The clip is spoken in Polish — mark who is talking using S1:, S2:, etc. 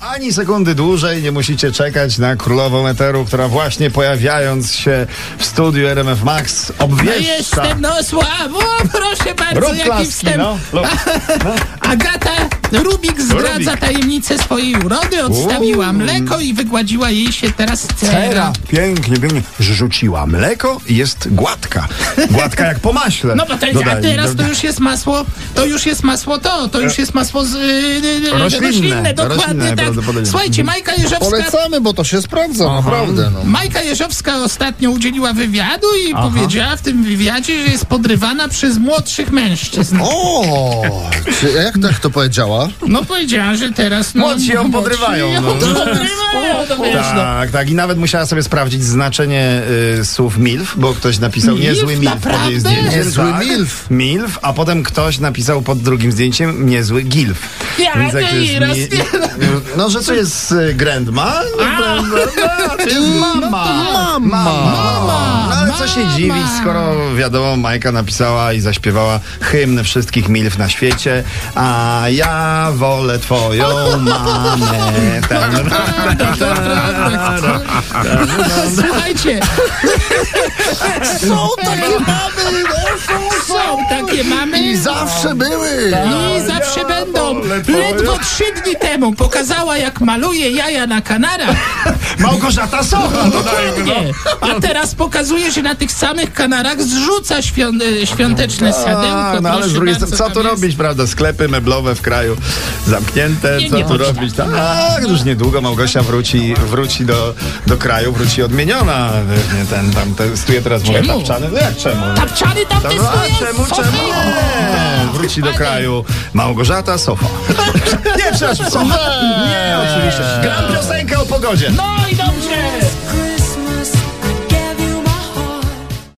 S1: Ani sekundy dłużej nie musicie czekać na królową eteru, która właśnie pojawiając się w studiu RMF Max
S2: No
S1: obwieszcza.
S2: jestem, no słabo, proszę bardzo,
S1: Rób
S2: jaki
S1: klaski,
S2: wstęp.
S1: no. Lub-
S2: Agata Rubik zdradza
S1: Rubik.
S2: tajemnicę swojej urody, odstawiła
S1: Uuu.
S2: mleko i wygładziła jej się teraz
S1: Cera
S2: cera.
S1: pięknie, pięknie rzuciła mleko i jest gładka. Gładka jak po maśle.
S2: No bo to jest, a
S1: Dodaj-
S2: teraz to
S1: dodaj-
S2: już jest masło, to już jest masło to, to już jest masło z, y, y, y,
S1: Roślinne,
S2: dokładnie
S1: roślinne
S2: tak.
S1: prawdopodobnie. Mhm.
S2: Słuchajcie, Majka Jeżowska
S3: Polecamy, bo to się sprawdza, naprawdę. No.
S2: Majka Jeżowska ostatnio udzieliła wywiadu i powiedziała w tym wywiadzie, że jest podrywana przez młodszych mężczyzn.
S3: O! Czy, a jak tak to powiedziała?
S2: No powiedziała, że teraz... No,
S1: Młodsi ją podrywają,
S2: Młodsi ją
S1: no.
S2: podrywają, to wiesz, no.
S1: Tak, tak. I nawet musiała sobie sprawdzić znaczenie y, słów MILF, bo ktoś napisał
S2: Milf?
S1: niezły MILF pod jej
S2: Naprawdę?
S1: zdjęciem.
S3: Niezły
S1: tak.
S3: milf.
S1: MILF, a potem ktoś napisał pod drugim zdjęciem niezły GILF.
S2: Ja,
S1: Więc jak
S2: no
S1: to
S2: i
S1: jest
S2: raz-
S1: No, że to jest y, grandma, to- no, to jest mama. Mama.
S2: Mama.
S1: No, ale co się
S2: Mama.
S1: dziwić, skoro wiadomo, Majka napisała i zaśpiewała hymn wszystkich MILF na świecie, a ja wolę twoją mamę.
S2: Słuchajcie. Są takie mamy, są takie mamy.
S3: I zawsze były!
S2: I zawsze będą. Ledwo trzy dni temu pokazała, jak maluje jaja na kanarach.
S1: Małgorzata Socha, dodajmy, no.
S2: Nie. A teraz pokazuje, że na tych samych kanarach zrzuca świąt, e, świąteczne
S1: A,
S2: sadełko.
S1: no ale
S2: Proszę
S1: z drugiej
S2: bardzo,
S1: strony, co
S2: tam
S1: tu
S2: jest.
S1: robić, prawda? Sklepy meblowe w kraju zamknięte,
S2: Nie,
S1: co
S2: nie
S1: tu
S2: można.
S1: robić? Tak, już niedługo Małgosia wróci, wróci do, do kraju, wróci odmieniona. Pewnie Ten, tam, testuje teraz mówię
S2: Czemu?
S1: tapczany. No jak czemu?
S2: Tapczany tam
S1: Tam,
S2: testują.
S1: a czemu,
S2: Sofy.
S1: czemu nie? Wróci do
S2: Panie.
S1: kraju Małgorzata Sofa. Nie, przepraszam, Sofa. Nie, oczywiście. Gram piosenkę o pogodzie.
S2: No i dobrze.